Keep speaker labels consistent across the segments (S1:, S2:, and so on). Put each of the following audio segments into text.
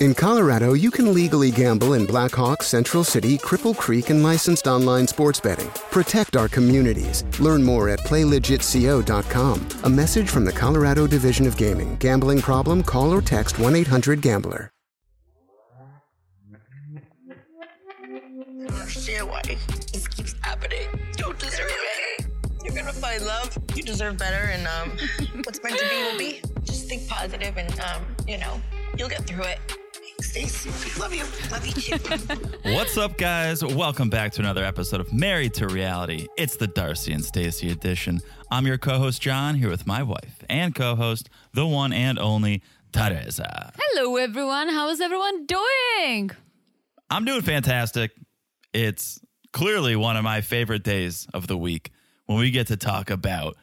S1: In Colorado, you can legally gamble in Black Hawk, Central City, Cripple Creek, and licensed online sports betting. Protect our communities. Learn more at playlegitco.com. A message from the Colorado Division of Gaming. Gambling problem? Call or text 1 800 Gambler.
S2: I don't understand why this keeps happening. You don't deserve it. You're gonna find love. You deserve better, and um, what's meant to be will be. Just think positive, and um, you know, you'll get through it. Thanks, Stacey. Love you. Love you. kid.
S3: What's up, guys? Welcome back to another episode of Married to Reality. It's the Darcy and Stacy edition. I'm your co host, John, here with my wife and co host, the one and only Teresa.
S4: Hello, everyone. How is everyone doing?
S3: I'm doing fantastic. It's clearly one of my favorite days of the week when we get to talk about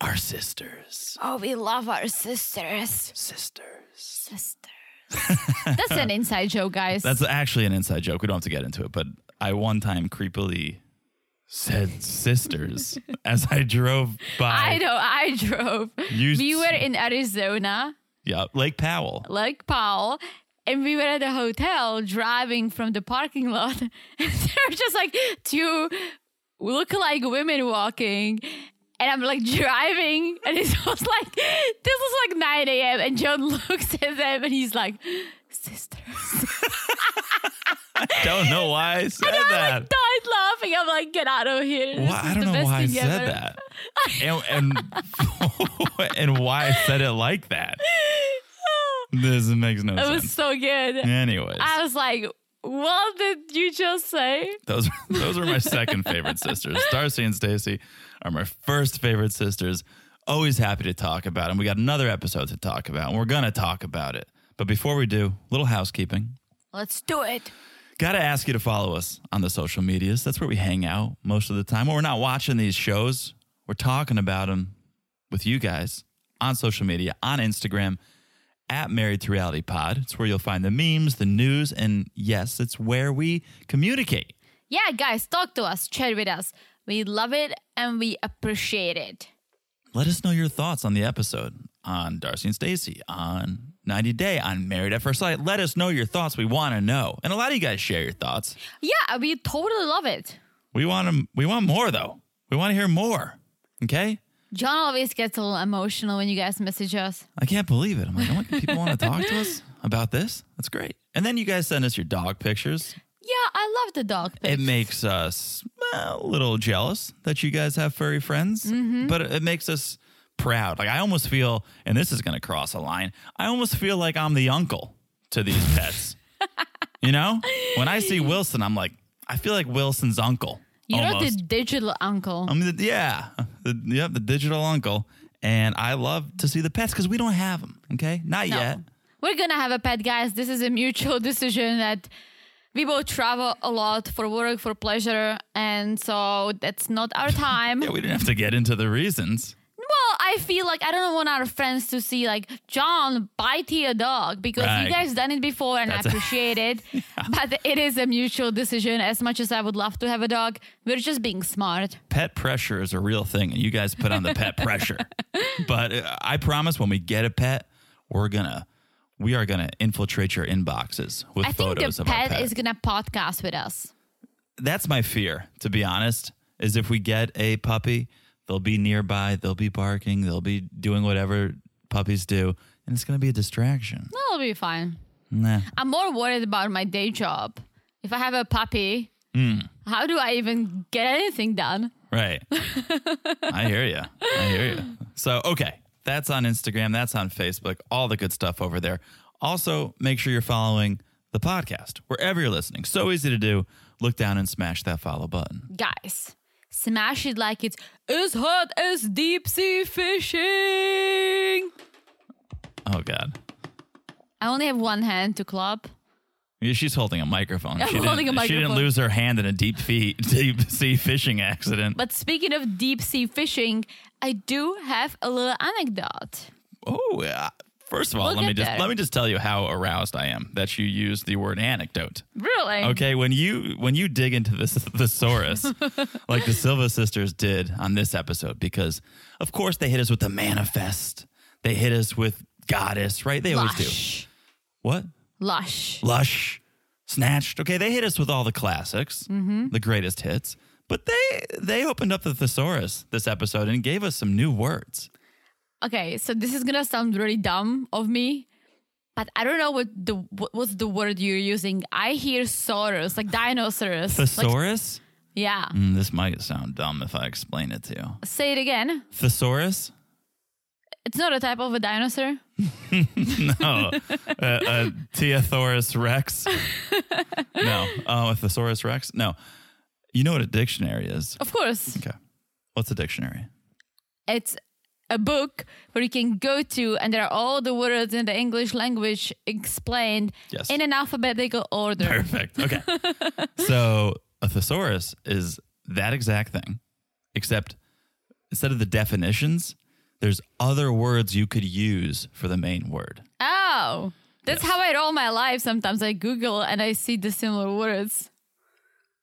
S3: our sisters.
S4: Oh, we love our sisters.
S3: Sisters.
S4: Sisters. That's an inside joke, guys.
S3: That's actually an inside joke. We don't have to get into it, but I one time creepily said sisters as I drove by.
S4: I know. I drove.
S3: You-
S4: we were in Arizona,
S3: Yeah, Lake Powell.
S4: like Paul, and we were at a hotel driving from the parking lot. And there were just like two look-alike women walking. And I'm like driving, and it was like, this was like 9 a.m. And John looks at them and he's like, sisters.
S3: Don't know why I said
S4: I
S3: that.
S4: died laughing. I'm like, get out of here. This
S3: Why,
S4: is
S3: I don't
S4: the
S3: know
S4: best
S3: why I
S4: thing
S3: said
S4: ever.
S3: that. And, and, and why I said it like that. This makes no
S4: It was
S3: sense.
S4: so good.
S3: Anyways,
S4: I was like, what did you just say?
S3: those, those are my second favorite sisters. Darcy and Stacy are my first favorite sisters. Always happy to talk about them. We got another episode to talk about, and we're going to talk about it. But before we do, little housekeeping.
S4: Let's do it.
S3: Gotta ask you to follow us on the social medias. That's where we hang out most of the time. When we're not watching these shows, we're talking about them with you guys on social media, on Instagram, at Married to Reality Pod. It's where you'll find the memes, the news, and yes, it's where we communicate.
S4: Yeah, guys, talk to us, chat with us. We love it and we appreciate it.
S3: Let us know your thoughts on the episode, on Darcy and Stacy, on 90 Day, on Married at First Sight. Let us know your thoughts. We wanna know. And a lot of you guys share your thoughts.
S4: Yeah, we totally love it.
S3: We want 'em- we want more though. We wanna hear more. Okay?
S4: John always gets a little emotional when you guys message us.
S3: I can't believe it. I'm like, oh, my- people want to talk to us about this? That's great. And then you guys send us your dog pictures.
S4: Yeah, I love the dog. pic.
S3: It makes us uh, a little jealous that you guys have furry friends,
S4: Mm-hmm.
S3: but it makes us proud. Like, I almost feel, and this is going to cross a line, I almost feel like I'm the uncle to these pets. you know? When I see Wilson, I'm like, I feel like Wilson's uncle.
S4: You're
S3: almost.
S4: the digital uncle.
S3: I mean, the, yeah, the, yep, the digital uncle. And I love to see the pets because we don't have them. Okay, not
S4: No.
S3: yet.
S4: We're gonna have a pet, guys. This is a mutual decision that we both travel a lot for work, for pleasure, and so that's not our time.
S3: Yeah, we didn't have to get into the reasons.
S4: Well, I feel like I don't want our friends to see like John bite a dog because
S3: Right.
S4: you guys done it before and
S3: That's a-
S4: I appreciate it. But it is a mutual decision. As much as I would love to have a dog, we're just being smart.
S3: Pet pressure is a real thing, and you guys put on the pet pressure. But uh, I promise, when we get a pet, we're gonna we are gonna infiltrate your inboxes with
S4: I think
S3: photos
S4: the
S3: of our
S4: pet
S3: pet.
S4: is gonna podcast with us.
S3: That's my fear, to be honest. Is if we get a puppy, they'll be nearby, they'll be barking, they'll be doing whatever puppies do, and it's gonna be a distraction.
S4: That'll be fine.
S3: Nah.
S4: I'm more worried about my day job. If I have a puppy,
S3: Hmm.
S4: how do I even get anything done?
S3: Right. I hear you. I hear you. So, okay. That's on Instagram. That's on Facebook. All the good stuff over there. Also, make sure you're following the podcast wherever you're listening. So easy to do. Look down and smash that follow button.
S4: Guys, smash it like it's as hot as deep sea fishing.
S3: Oh, God.
S4: I only have one hand to club.
S3: Yeah, she's holding a microphone.
S4: I'm
S3: she didn't-
S4: holding a
S3: She didn't
S4: microphone.
S3: lose her hand in a deep fee, deep sea fishing accident.
S4: But speaking of deep sea fishing, I do have a little anecdote.
S3: oh, yeah. First of all,
S4: We'll
S3: let me
S4: get
S3: just
S4: there.
S3: let me just tell you how aroused I am that you used the word anecdote.
S4: Really?
S3: Okay, when you when you dig into this thesaurus, like the Silva sisters did on this episode, because of course they hit us with the manifest. They hit us with goddess, right? They always do.
S4: Lush.
S3: What?
S4: Lush.
S3: Lush, Snatched. Okay, they hit us with all the classics, the greatest hits. But they they opened up the thesaurus this episode and gave us some new words.
S4: Okay, so this is gonna sound really dumb of me, but I don't know what the what, what's the word you're using. I hear saurus, like dinosaurs. Like,
S3: Thesaurus?
S4: yeah.
S3: Mm, this might sound dumb if I explain it to you.
S4: Say it again.
S3: Thesaurus?
S4: It's not a type of a dinosaur.
S3: No. uh, uh, Theosaurus Rex? No. Oh, a Thesaurus Rex? No. You know what a dictionary is.
S4: Of course,
S3: Okay. What's a dictionary?
S4: it's a book where you can go to, and there are all the words in the English language explained
S3: Yes.
S4: in an alphabetical order.
S3: Perfect. Okay. so a thesaurus is that exact thing, except instead of the definitions, there's other words you could use for the main word.
S4: Oh, that's how I roll my life. Sometimes I Google and I see the similar words.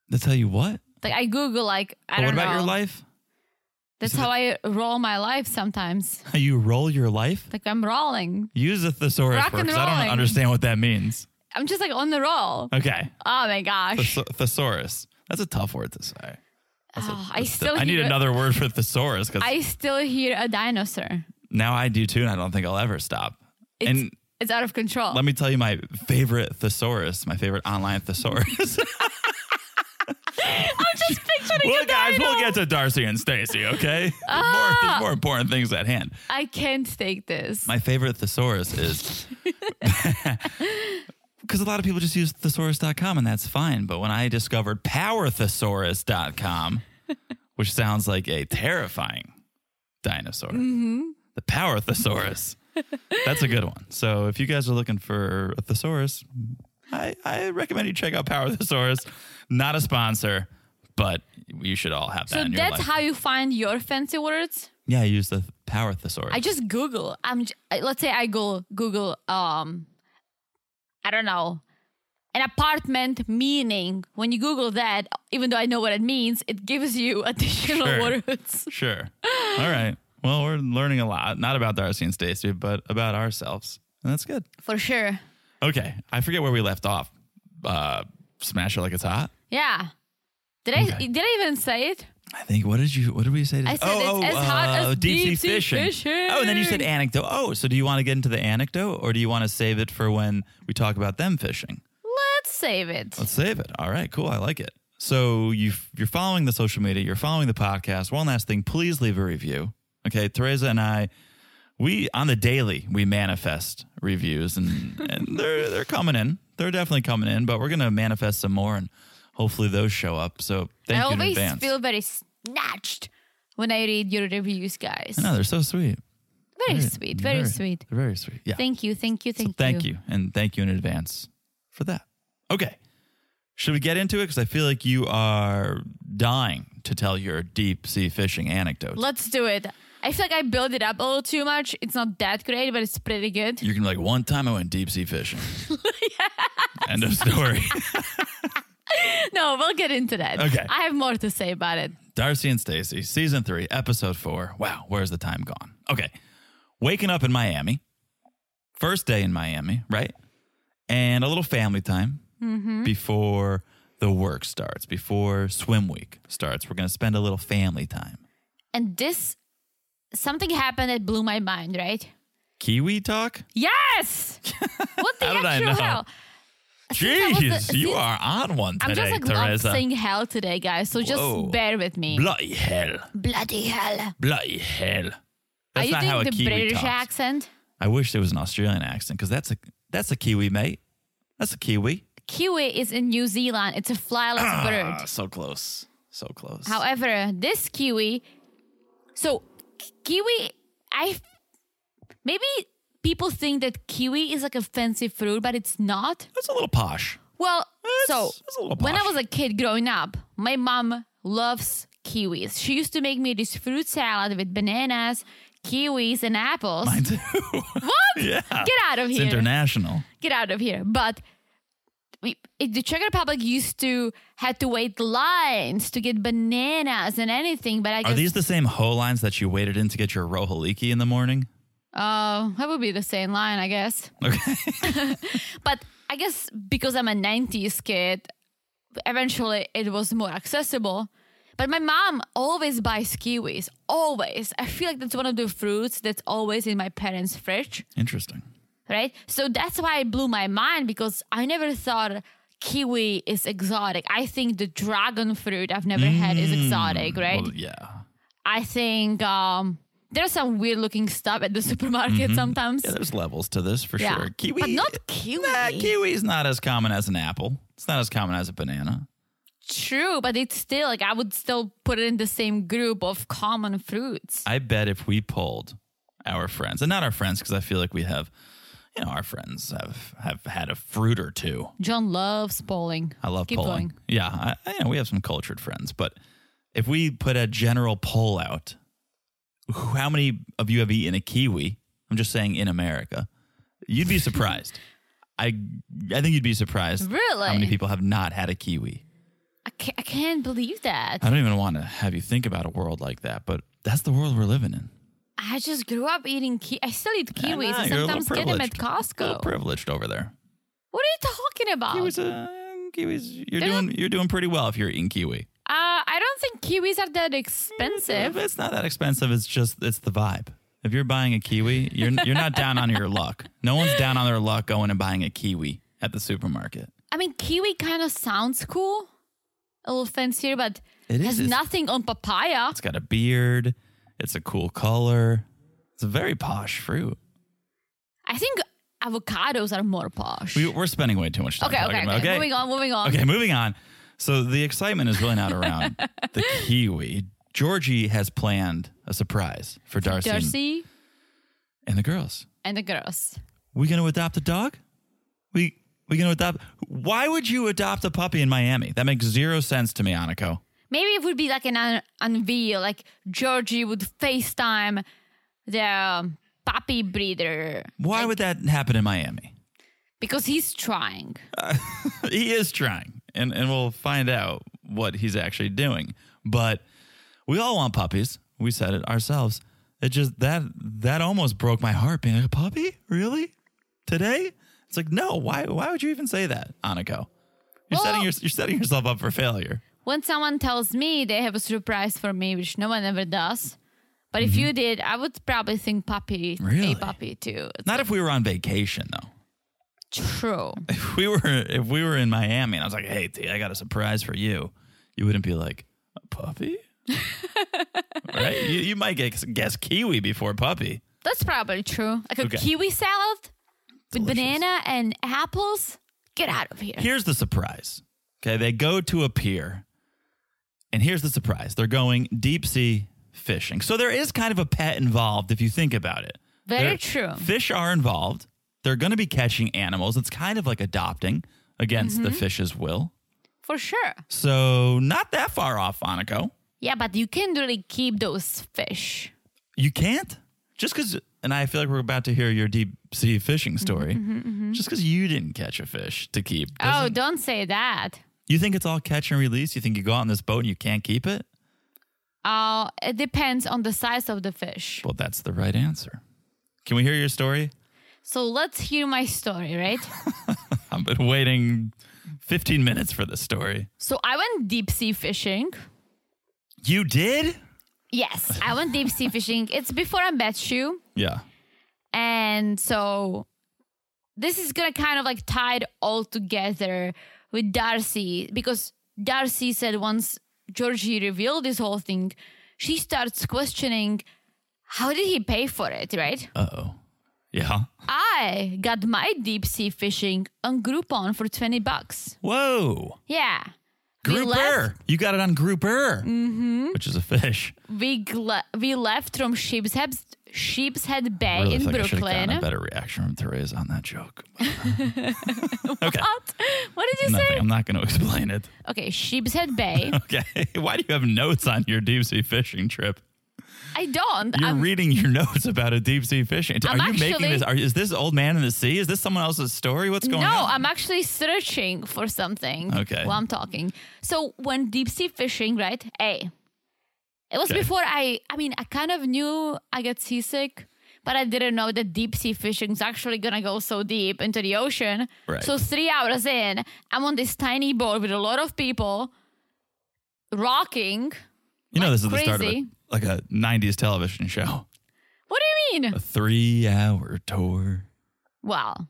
S3: They'll tell you what.
S4: Like I Google, like
S3: But
S4: I don't
S3: what about
S4: know.
S3: your life?
S4: That's how I roll my life sometimes.
S3: How you roll your life?
S4: Like I'm rolling.
S3: Use a thesaurus
S4: Rock
S3: word
S4: and
S3: 'cause I
S4: rolling.
S3: don't understand what that means.
S4: I'm just like on the roll.
S3: Okay.
S4: Oh my gosh.
S3: Thes- thesaurus. That's a tough word to say. That's a-
S4: Oh, I
S3: that's-
S4: still
S3: I need
S4: hear it.
S3: another word for thesaurus because
S4: I still hear a dinosaur.
S3: now I do too, and I don't think I'll ever stop.
S4: It's,
S3: and
S4: it's out of control.
S3: Let me tell you my favorite thesaurus, my favorite online thesaurus.
S4: I'm just picturing
S3: well,
S4: a Ah.
S3: guys,
S4: dino.
S3: we'll get to Darcy and Stacy, okay? There's more, there's more important things at hand.
S4: I can't take this.
S3: My favorite thesaurus is because a lot of people just use thesaurus.com and that's fine. But when I discovered powerthesaurus.com, which sounds like a terrifying dinosaur,
S4: Mm-hmm.
S3: the power thesaurus, that's a good one. So if you guys are looking for a thesaurus, I, I recommend you check out Power Thesaurus. Not a sponsor, but you should all have that
S4: so
S3: in your
S4: that's
S3: life.
S4: how you find your fancy words.
S3: yeah, I use the Power Thesaurus.
S4: I just Google. I'm. j- I- Let's say I go Google. Um, I don't know, an apartment meaning. When you Google that, even though I know what it means, it gives you additional
S3: Sure.
S4: words.
S3: Sure. All right. Well, we're learning a lot, not about Darcy and Stacy, but about ourselves. And that's good.
S4: For sure.
S3: Okay. I forget where we left off. Uh, smash it like it's hot.
S4: Yeah. Did I
S3: Okay.
S4: did I even say it?
S3: I think. What did you? What did we say? To
S4: I said it's as hot
S3: uh,
S4: as deep sea fishing.
S3: Oh, and then you said anecdote. Oh, so do you want to get into the anecdote, or do you want to save it for when we talk about them fishing?
S4: Let's save it.
S3: Let's save it. All right, cool. I like it. So you you're following the social media, you're following the podcast. One last thing, please leave a review. Okay, Teresa and I, we on the daily we manifest reviews, and and they're they're coming in. They're definitely coming in, but we're gonna manifest some more, and hopefully those show up. So thank
S4: I
S3: you in
S4: always
S3: advance.
S4: feel very snatched when I read your reviews, guys.
S3: no, they're so sweet.
S4: Very sweet, very, sweet.
S3: They're very sweet. Yeah.
S4: Thank you, thank you, thank
S3: so
S4: you.
S3: thank you. and thank you in advance for that okay should we get into it because i feel like you are dying to tell your deep sea fishing anecdote
S4: Let's do it. I feel like I build it up a little too much. It's not that great, but it's pretty good.
S3: you're gonna be like one time i went deep sea fishing end of story
S4: No, we'll get into that.
S3: Okay.
S4: I have more to say about it.
S3: darcy and stacy season three episode four wow where's the time gone okay waking up in miami first day in miami right and a little family time
S4: Mm-hmm.
S3: before the work starts before swim week starts we're gonna spend a little family time
S4: And this something happened that blew my mind, right?
S3: Kiwi talk?
S4: Yes! what the
S3: How did I
S4: actual
S3: know?
S4: hell? Since I was
S3: Jeez,
S4: the-
S3: you
S4: since-
S3: are on one
S4: I'm
S3: today,
S4: just like
S3: Teresa.
S4: not saying hell today, guys. So just
S3: Whoa.
S4: bear with me.
S3: Bloody hell.
S4: Bloody hell.
S3: Bloody hell.
S4: Are
S3: That's
S4: you
S3: not how
S4: doing
S3: a
S4: the
S3: Kiwi
S4: British
S3: talks.
S4: accent?
S3: I wish there was an Australian accent because that's a that's a Kiwi, mate. That's a Kiwi.
S4: Kiwi is in New Zealand. It's a flyless
S3: Ah,
S4: bird.
S3: so close. So close.
S4: However, this kiwi, so k- kiwi, I maybe people think that kiwi is like a fancy fruit, but it's not.
S3: That's a little posh.
S4: Well,
S3: It's-
S4: so
S3: it's a little
S4: when I
S3: posh.
S4: was a kid growing up, my mom loves kiwis. She used to make me this fruit salad with bananas, kiwis, and apples.
S3: Mine too.
S4: What?
S3: yeah.
S4: Get out of
S3: It's
S4: here.
S3: international.
S4: Get out of here. But we, it, the Czech Republic used to had to wait lines to get bananas and anything. But I guess
S3: Are these the same hoe lines that you waited in to get your rohaliki in the morning?
S4: uh, that would be the same line, I guess.
S3: Okay.
S4: But I guess because I'm a 90s kid, eventually it was more accessible. But my mom always buys kiwis, always. I feel like that's one of the fruits that's always in my parents' fridge,
S3: Interesting.
S4: right? So that's why it blew my mind because I never thought kiwi is exotic. I think the dragon fruit I've never had is exotic, right?
S3: Mm. Well, yeah.
S4: I think um, there's some weird looking stuff at the supermarket sometimes.
S3: Mm-hmm. Yeah, there's levels to this for
S4: Yeah.
S3: sure. Kiwi.
S4: But not kiwi.
S3: Nah, kiwi's not as common as an apple. It's not as common as a banana.
S4: True, but it's still like I would still put it in the same group of common fruits.
S3: I bet if we polled our friends, and not our friends, because I feel like we have, you know, our friends have have had a fruit or two.
S4: John loves polling.
S3: I love
S4: Keep
S3: polling.
S4: Going.
S3: Yeah, I, I, you know, we have some cultured friends, but if we put a general poll out, who- how many of you have eaten a kiwi? I'm just saying in America, you'd be surprised. I I think you'd be surprised how
S4: Really?
S3: many people have not had a kiwi.
S4: I can't, I can't believe that.
S3: I don't even want to have you think about a world like that, but that's the world we're living in.
S4: I just grew up eating ki- I still eat
S3: Yeah,
S4: kiwis.
S3: nah,
S4: I
S3: you're a little
S4: sometimes get them at
S3: privileged. A little
S4: Costco.
S3: privileged over there.
S4: what are you talking about?
S3: Kiwis, uh, kiwis. You're
S4: They're
S3: doing you're doing pretty well if you're eating kiwi.
S4: uh, I don't think kiwis are that expensive.
S3: It's not that expensive. It's just it's the vibe. If you're buying a kiwi, you're you're not down on your luck. No one's down on their luck going and buying a kiwi at the supermarket.
S4: I mean, kiwi kind of sounds cool, a little fancier, but
S3: It
S4: has
S3: is. It's-
S4: nothing on papaya.
S3: It's got a beard. It's a cool color. It's a very posh fruit.
S4: I think avocados are more posh.
S3: We, we're spending way too much time.
S4: okay,
S3: talking
S4: okay, okay,
S3: about,
S4: Moving on, moving on.
S3: Okay, moving on. So the excitement is really not around the kiwi. Georgie has planned a surprise for Darcy, and-
S4: Jersey
S3: and the girls.
S4: and the girls.
S3: We gonna adopt a dog? We we gonna adopt? Why would you adopt a puppy in Miami? That makes zero sense to me, Aniko.
S4: Maybe it would be like an un- unveil, like Georgie would FaceTime the um, puppy breeder
S3: Why would that happen in Miami?
S4: because he's trying.
S3: he is trying, and and we'll find out what he's actually doing. But we all want puppies. We said it ourselves. It just that that almost broke my heart. Being like, a puppy, really? Today? It's like no. Why? Why would you even say that, Aniko? You're
S4: Well-
S3: setting your, you're setting yourself up for failure.
S4: When someone tells me they have a surprise for me, which no one ever does, but if you did, I would probably think puppy,
S3: Mm-hmm. Really?
S4: a puppy too. It's
S3: Not if we were on vacation though.
S4: true.
S3: if we were if we were in Miami and I was like, "Hey, T, I got a surprise for you," you wouldn't be like a puppy, right? You, you might guess, guess kiwi before puppy.
S4: That's probably true. Like a
S3: Okay.
S4: kiwi salad with banana and apples. Get out of here.
S3: Here's the surprise. Okay, they go to a pier, and here's the surprise: they're going deep sea fishing. So there is kind of a pet involved if you think about it.
S4: Very
S3: They're-
S4: true.
S3: Fish are involved. They're going to be catching animals. It's kind of like adopting against
S4: Mm-hmm.
S3: the fish's will.
S4: For sure.
S3: So not that far off, Aniko.
S4: Yeah, but you can't really keep those fish.
S3: You can't just because, and I feel like we're about to hear your deep sea fishing
S4: Mm-hmm,
S3: story. Just because you didn't catch a fish to keep,
S4: oh,
S3: doesn't-
S4: don't say that.
S3: you think it's all catch and release? You think you go out on this boat and you can't keep it?
S4: Uh, it depends on the size of the fish.
S3: Well, that's the right answer. Can we hear your story?
S4: So let's hear my story, right?
S3: I've been waiting 15 minutes for this story.
S4: so I went deep sea fishing.
S3: You did?
S4: Yes, I went deep sea fishing. It's before I met you.
S3: Yeah.
S4: And so this is going to kind of like tie it all together with Darcy because Darcy said once Georgie revealed this whole thing, she starts questioning how did he pay for it, right?
S3: Uh oh. Yeah.
S4: I got my deep sea fishing on Groupon for 20 bucks.
S3: Whoa.
S4: Yeah. We
S3: Grouper.
S4: left,
S3: You got it on grouper, mm-hmm. which is a fish.
S4: we, gla- we left from Sheep's Head, Sheep's Head Bay
S3: really
S4: in
S3: think I should have
S4: Brooklyn.
S3: gotten a better reaction from Therese on that joke. okay.
S4: What? What did you
S3: Nothing.
S4: say?
S3: I'm not going to explain it.
S4: Okay, Sheep's Head Bay.
S3: Okay. Why do you have notes on your deep sea fishing trip?
S4: I don't.
S3: You're
S4: I'm,
S3: reading your notes about a deep sea fishing. Are
S4: I'm
S3: you making
S4: actually-
S3: this? Are, is this old man in the sea? Is this someone else's story? What's going
S4: no,
S3: on?
S4: I'm actually searching for something
S3: Okay.
S4: while I'm talking. So when deep sea fishing, right? A. It was
S3: Okay.
S4: before I I mean I kind of knew I get seasick, but I didn't know that deep sea fishing is actually gonna go so deep into the ocean.
S3: Right.
S4: So three hours in, I'm on this tiny boat with a lot of people rocking.
S3: you know,
S4: like
S3: this is the start of a,
S4: crazy.
S3: like a 90s television show.
S4: What do you mean?
S3: A three hour tour.
S4: Wow.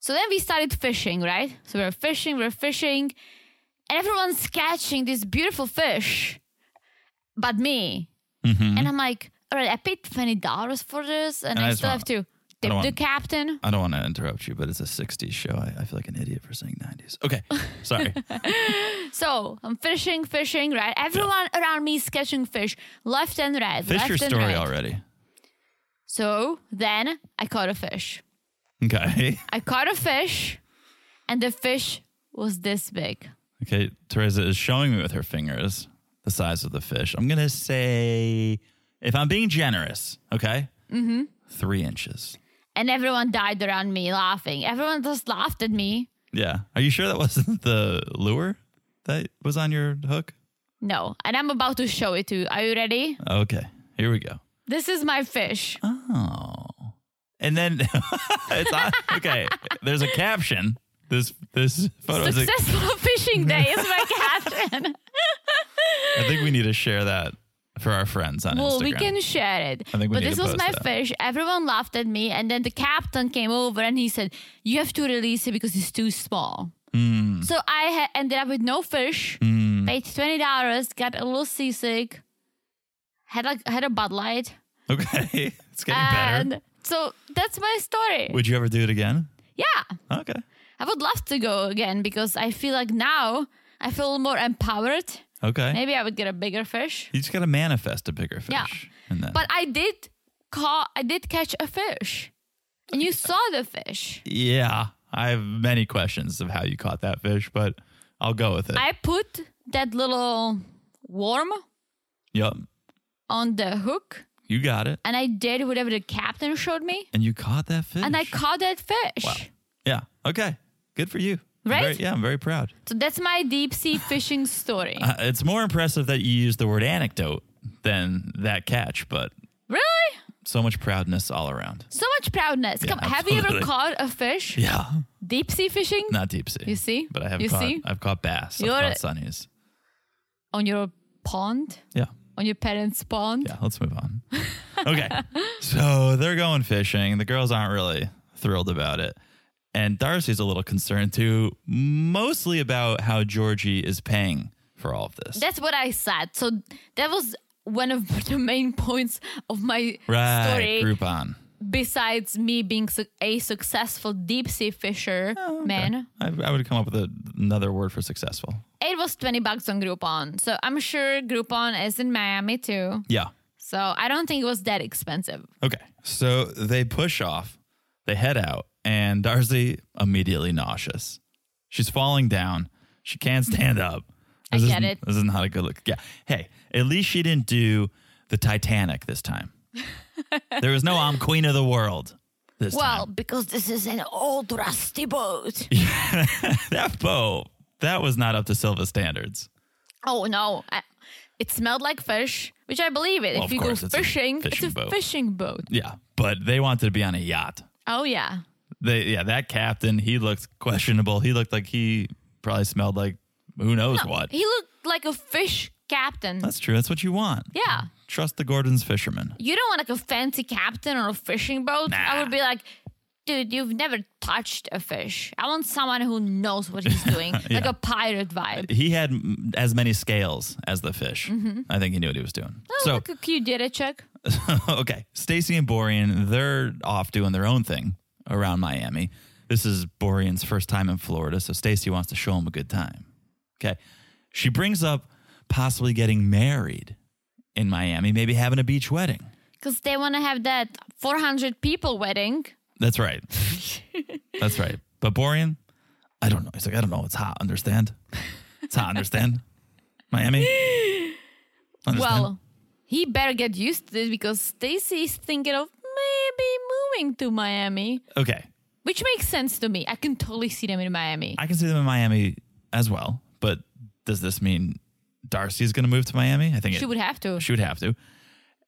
S4: So then we started fishing, right? So we're fishing, we're fishing, and everyone's catching these beautiful fish, but me. And I'm like, all right, I paid $20 for this,
S3: Mm-hmm. And
S4: and,
S3: I
S4: I
S3: just
S4: still
S3: want-
S4: have to
S3: I
S4: tip
S3: don't
S4: the
S3: want-
S4: captain.
S3: I don't want to interrupt you, but it's a 60s show. I, I feel like an idiot for saying 90s. Okay. Sorry.
S4: So I'm fishing, fishing, right? Everyone around me is catching fish, left and right.
S3: Fish
S4: left
S3: your
S4: and
S3: story
S4: right.
S3: already.
S4: So then I caught a fish.
S3: Okay.
S4: I caught a fish, and the fish was this big.
S3: Okay. Teresa is showing me with her fingers the size of the fish. I'm going to say, if I'm being generous, okay? Mm-hmm. Three inches.
S4: and everyone died around me laughing. Everyone just laughed at me.
S3: Yeah. Are you sure that wasn't the lure that was on your hook?
S4: No, and I'm about to show it to you. Are you ready?
S3: Okay. Here we go.
S4: This is my fish.
S3: Oh. And then it's on, okay. There's a caption. This this photo is a,
S4: Successful fishing day is my caption.
S3: I think we need to share that for our friends on
S4: Well,
S3: Instagram.
S4: we can share it.
S3: I think we
S4: but
S3: need
S4: this
S3: to
S4: was
S3: post
S4: my
S3: that.
S4: fish. Everyone laughed at me, and then the captain came over and he said, "You have to release it because it's too small."
S3: Hmm.
S4: So I ha- ended up with no fish. Paid twenty dollars, got a little seasick, had like had a Bud Light,
S3: Okay. It's getting
S4: and
S3: better.
S4: so that's my story.
S3: Would you ever do it again?
S4: yeah.
S3: Okay.
S4: I would love to go again because I feel like now I feel more empowered.
S3: Okay.
S4: Maybe I would get a bigger fish.
S3: You just gotta manifest a bigger fish.
S4: Yeah.
S3: And then
S4: But I did caught I did catch a fish. And you saw the fish.
S3: Yeah. I have many questions of how you caught that fish, but I'll go with it.
S4: I put that little worm
S3: yep.
S4: on the hook
S3: You got it.
S4: and I did whatever the captain showed me.
S3: And you caught that fish.
S4: And I caught that fish.
S3: Yeah. Okay. Good for you. I'm
S4: Right?
S3: very- yeah, I'm very proud.
S4: So that's my deep sea fishing story.
S3: Uh, it's more impressive that you used the word anecdote than that catch, but
S4: really?
S3: so much proudness all around.
S4: So much proudness.
S3: Yeah,
S4: Come, have you ever
S3: absolutely.
S4: caught a fish?
S3: Yeah.
S4: Deep sea fishing?
S3: Not deep sea.
S4: You see?
S3: But I have
S4: You
S3: caught
S4: see?
S3: I've caught bass.
S4: You're-
S3: I've caught sunnies.
S4: On your pond?
S3: Yeah.
S4: On your parents' pond?
S3: Yeah. Let's move on. okay. So they're going fishing. The girls aren't really thrilled about it. And Darcy's a little concerned too, mostly about how Georgie is paying for all of this.
S4: That's what I said. So that was one of the main points of my
S3: right.
S4: story.
S3: Groupon.
S4: Besides me being su- a successful deep sea fisher
S3: Oh,
S4: man,
S3: I, I would come up with a, another word for successful.
S4: it was twenty bucks on Groupon. So I'm sure Groupon is in Miami too.
S3: Yeah.
S4: So I don't think it was that expensive.
S3: Okay. So they push off, they head out, and Darcy immediately nauseous. She's falling down. She can't stand up.
S4: I
S3: This isn't-
S4: get it.
S3: This is not a good look. Yeah. Hey, at least she didn't do the Titanic this time. there was no I'm queen of the world this
S4: Well,
S3: time.
S4: because this is an old rusty boat.
S3: That boat, that was not up to Silva standards.
S4: oh no. I- it smelled like fish, which I believe it.
S3: Well,
S4: if
S3: of
S4: you go
S3: course, it's a
S4: fishing, it's
S3: fishing
S4: a
S3: boat.
S4: fishing boat.
S3: Yeah. But they wanted to be on a yacht.
S4: Oh yeah.
S3: They, yeah, that captain, he looked questionable. He looked like he probably smelled like who knows what.
S4: He looked like a fish captain.
S3: That's true. That's what you want.
S4: yeah.
S3: Trust the Gordon's fisherman.
S4: You don't want like a fancy captain or a fishing boat. I would be like, dude, you've never touched a fish. I want someone who knows what he's doing, like a pirate vibe.
S3: He had mm, as many scales as the fish. I think he knew what he was doing.
S4: Mm-hmm. Oh,
S3: so,
S4: look, a cute data check.
S3: okay, Stacy and Borean, they're off doing their own thing around Miami. This is Borean's first time in Florida, so Stacy wants to show him a good time. Okay. She brings up possibly getting married in Miami, maybe having a beach wedding.
S4: because they want to have that 400 people wedding.
S3: That's right. That's right. But Borean, I don't know. He's like, I don't know. It's hot. Understand? It's hot. Understand? Miami? Understand?
S4: Well, he better get used to it because Stacy is thinking of maybe moving to Miami,
S3: okay.
S4: which makes sense to me. I can totally see them in Miami.
S3: I can see them in Miami as well. But does this mean Darcy's going to move to Miami? I think
S4: she
S3: it-
S4: would have to.
S3: she would have to.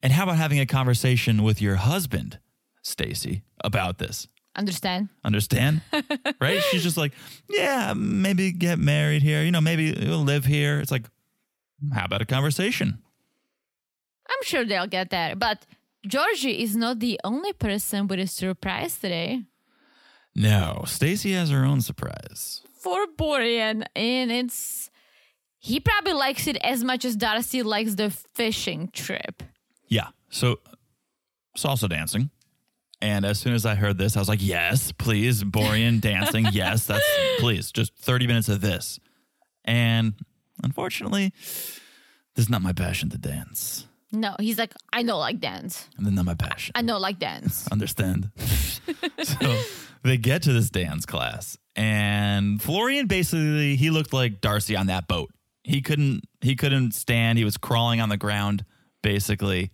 S3: And how about having a conversation with your husband, Stacy, about this?
S4: Understand?
S3: Understand? right? She's just like, yeah, maybe get married here. You know, maybe we'll live here. It's like, how about a conversation?
S4: I'm sure they'll get there. But Georgie is not the only person with a surprise today.
S3: No, Stacy has her own surprise.
S4: for Borean, and it's he probably likes it as much as Darcy likes the fishing trip.
S3: Yeah. So salsa dancing. And as soon as I heard this, I was like, yes, please, Borean dancing. Yes, that's please, just 30 minutes of this. And unfortunately, this is not my passion to dance.
S4: No, he's like, I don't like dance.
S3: And then not my passion.
S4: I don't like dance.
S3: Understand. so they get to this dance class, and Florian basically he looked like Darcy on that boat. He couldn't he couldn't stand. He was crawling on the ground, basically.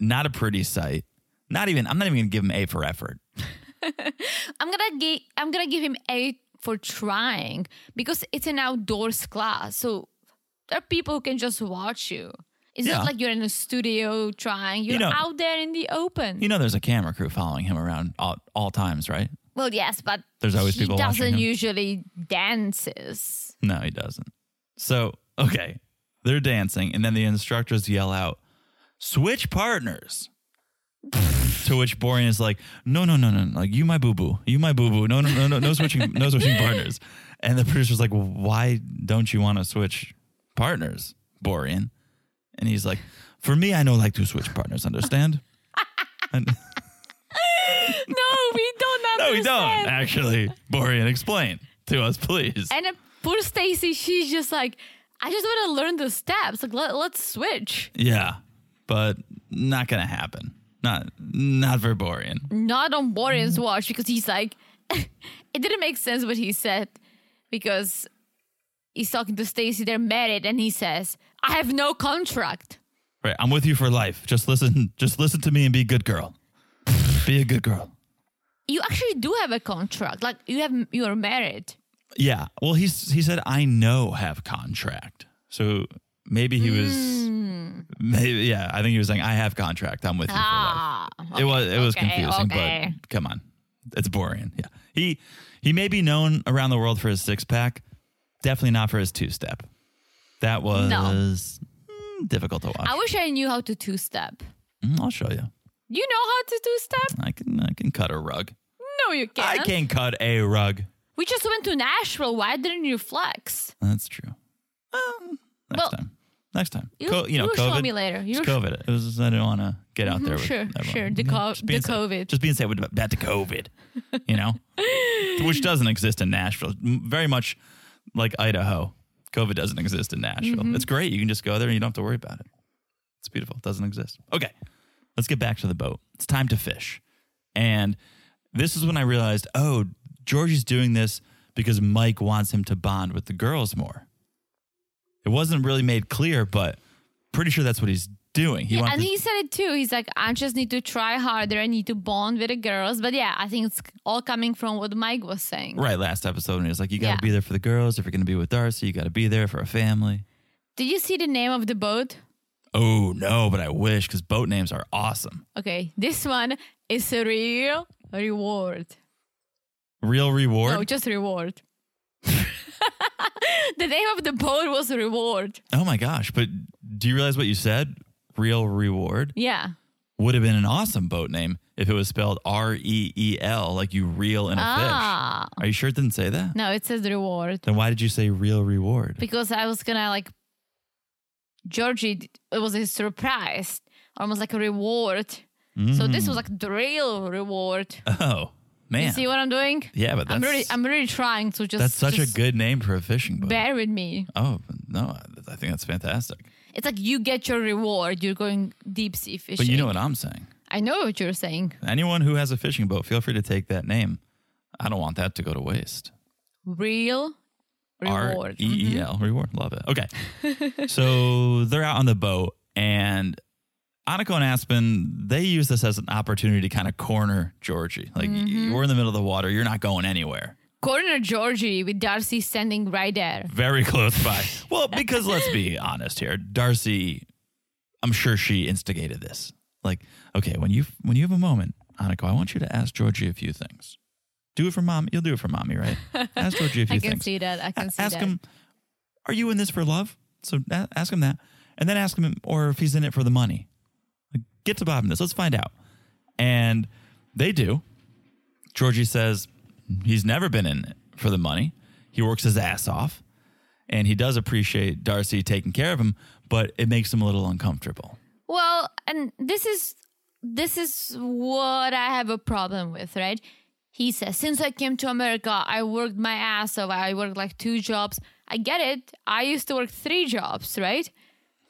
S3: Not a pretty sight. Not even I'm not even gonna give him A for effort.
S4: I'm gonna gi- I'm gonna give him A for trying because it's an outdoors class, so there are people who can just watch you. It's
S3: Yeah.
S4: not like you're in a studio trying. You're
S3: know-
S4: out there in the open.
S3: You know, there's a camera crew following him around all, all times, right?
S4: well, yes, but
S3: There's always
S4: he
S3: people watching
S4: doesn't
S3: him.
S4: usually dances.
S3: No, he doesn't. So okay, they're dancing, and then the instructors yell out, "Switch partners." to which Borean is like, "No, no, no, no, no, like you my boo boo, you my boo boo, no, no, no, no, no switching, no switching partners." And the producer's like, "Why don't you want to switch partners, Borean?" And he's like, "For me, I know like to switch partners. Understand?" and,
S4: No, we don't
S3: no, we
S4: understand.
S3: don't Ah. actually. Borean, explain to us, please.
S4: And uh, poor Stacy, she's just like, I just want to learn the steps. Like, let, let's switch.
S3: Yeah, but not gonna happen. Not not for Borean.
S4: Not on Borean's
S3: Mm.
S4: watch because he's like, it didn't make sense what he said because he's talking to Stacy. They're married, and he says, "I have no contract."
S3: Right, I'm with you for life. Just listen, just listen to me and be a good girl. be a good girl.
S4: You actually do have a contract. Like you have, you are married.
S3: Yeah. Well, he's he said I know have contract. So maybe he was maybe yeah, I think he was saying I have contract. I'm with you
S4: Ah,
S3: for life. it was it was
S4: okay,
S3: confusing,
S4: okay.
S3: but come on. It's Borean. Yeah. He he may be known around the world for his six-pack, definitely not for his two-step. That was mm, difficult to watch.
S4: I wish I knew how to two-step.
S3: Mm, I'll show you.
S4: You know how to two-step?
S3: I can I can cut a rug.
S4: No, you can't.
S3: I can cut a rug.
S4: We just went to Nashville. Why didn't you flex?
S3: That's true. Um, next
S4: Well-
S3: time. Next time.
S4: You-
S3: Co- you know,
S4: you'll show
S3: COVID.
S4: me later.
S3: It's
S4: You'll sh- Mm-hmm,
S3: COVID. It was just, I didn't want to get out there. With
S4: sure,
S3: everyone.
S4: sure. The
S3: Yeah,
S4: co-
S3: just being
S4: the
S3: sa-
S4: COVID.
S3: Just being said with about the COVID. You know, which doesn't exist in Nashville. M- Very much like Idaho. COVID doesn't exist in Nashville.
S4: Mm-hmm.
S3: It's great. You can just go there and you don't have to worry about it. It's beautiful. It doesn't exist. Okay. Let's get back to the boat. It's time to fish. And this is when I realized, oh, Georgie's doing this because Mike wants him to bond with the girls more. It wasn't really made clear, but pretty sure that's what he's doing. He wants
S4: and
S3: to-
S4: he said it too. He's like, I just need to try harder. I need to bond with the girls. But yeah, I think it's all coming from what Mike was saying.
S3: right last episode when he was like, you got to
S4: Yeah.
S3: be there for the girls. If you're going to be with Darcy, you got to be there for a family.
S4: Did you see the name of the boat?
S3: Oh, no, but I wish because boat names are awesome.
S4: Okay, this one is a real reward.
S3: Real reward.
S4: No, just reward. the name of the boat was reward.
S3: oh my gosh. But do you realize what you said? Real reward.
S4: Yeah.
S3: would have been an awesome boat name if it was spelled R E E L, like you reel in a
S4: Ah.
S3: fish. Are you sure it didn't say that?
S4: No, it says reward
S3: Then why did you say real reward?
S4: because I was gonna like Georgie. It was a surprise, almost like a reward. So this was like the real reward.
S3: oh Mm. man,
S4: You see what I'm doing?
S3: yeah, but that's
S4: I'm really, I'm really trying to just.
S3: that's such
S4: just
S3: a good name for a fishing boat.
S4: Bear with me.
S3: oh no, I- I think that's fantastic.
S4: It's like you get your reward. You're going deep sea fishing.
S3: But you know what I'm saying.
S4: I know what you're saying.
S3: Anyone who has a fishing boat, feel free to take that name. I don't want that to go to waste.
S4: Real
S3: R
S4: reward. Mm-hmm.
S3: E E L reward. Love it. Okay. so they're out on the boat, and Aniko and Aspen they use this as an opportunity to kind of corner Georgie. Like
S4: Mm-hmm.
S3: we're in the middle of the water, you're not going anywhere.
S4: Corner Georgie with Darcy standing right there.
S3: Very close by. well, because let's be honest here, Darcy, I'm sure she instigated this. Like, okay, when you when you have a moment, Aniko, I want you to ask Georgie a few things. Do it for mom. You'll do it for mommy, right? Ask Georgie a few
S4: I
S3: things.
S4: can see that. I can see
S3: ask
S4: that.
S3: him, are you in this for love? So a- ask him that, and then ask him, or if he's in it for the money. Like, get to the bottom of this. Let's find out. And they do. Georgie says he's never been in it for the money. He works his ass off, and he does appreciate Darcy taking care of him, but it makes him a little uncomfortable.
S4: Well, and this is this is what I have a problem with, right? He says, "Since I came to America, I worked my ass off. I worked like two jobs. I get it. I used to work three jobs, right?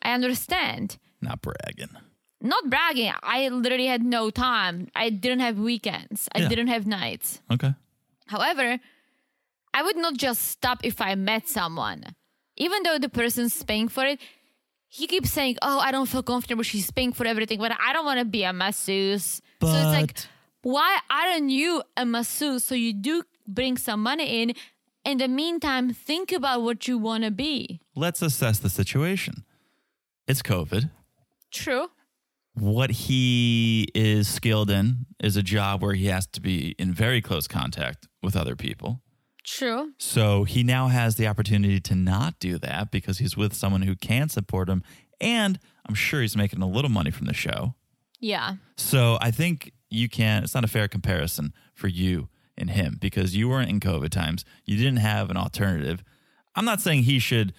S4: I understand.
S3: Not bragging.
S4: Not bragging. I literally had no time. I didn't have weekends. I
S3: Yeah.
S4: didn't have nights.
S3: Okay.
S4: However, I would not just stop if I met someone. Even though the person's paying for it, he keeps saying, Oh, I don't feel comfortable. She's paying for everything, but I don't want to be a masseuse. so it's like,
S3: But-
S4: why aren't you a masseuse? So you do bring some money in. In the meantime, think about what you want to be.
S3: Let's assess the situation. It's COVID.
S4: True.
S3: what he is skilled in is a job where he has to be in very close contact with other people.
S4: True.
S3: So he now has the opportunity to not do that because he's with someone who can support him. And I'm sure he's making a little money from the show.
S4: Yeah.
S3: So I think you can, it's not a fair comparison for you and him because you weren't in COVID times. You didn't have an alternative. I'm not saying he should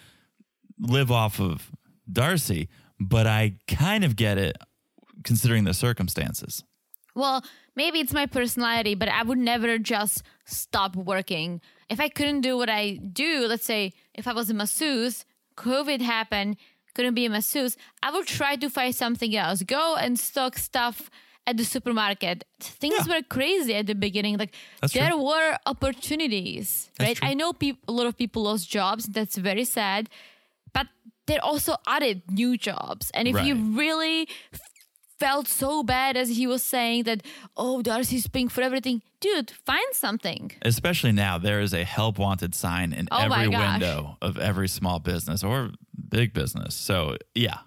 S3: live off of Darcy, but I kind of get it considering the circumstances.
S4: Well, maybe it's my personality, but I would never just stop working. If I couldn't do what I do, let's say if I was a masseuse, COVID happened, couldn't be a masseuse, I would try to find something else. Go and stock stuff at the supermarket. Things
S3: Yeah.
S4: were crazy at the beginning. Like
S3: That's
S4: there
S3: true.
S4: were opportunities,
S3: That's
S4: right?
S3: true.
S4: I know peop- a lot of people lost jobs. That's very sad. But there also added new jobs. And if you
S3: Right.
S4: really felt so bad as he was saying that, oh, Darcy's paying for everything. Dude, find something.
S3: Especially now, there is a help wanted sign in
S4: Oh my
S3: every
S4: gosh.
S3: window of every small business or big business. So, yeah,